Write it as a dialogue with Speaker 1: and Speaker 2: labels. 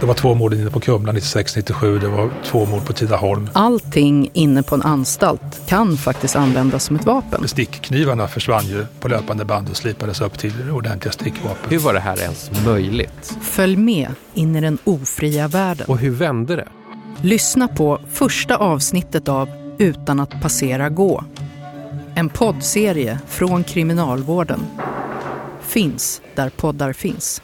Speaker 1: Det var två mord inne på Kumla 96-97, det var två mord på Tidaholm.
Speaker 2: Allting inne på en anstalt kan faktiskt användas som ett vapen.
Speaker 1: Stickknivarna försvann ju på löpande band och slipades upp till ordentliga stickvapen.
Speaker 3: Hur var det här ens möjligt?
Speaker 2: Följ med in i den ofria världen.
Speaker 3: Och hur vände det?
Speaker 2: Lyssna på första avsnittet av Utan att passera gå. En poddserie från Kriminalvården. Finns där poddar finns.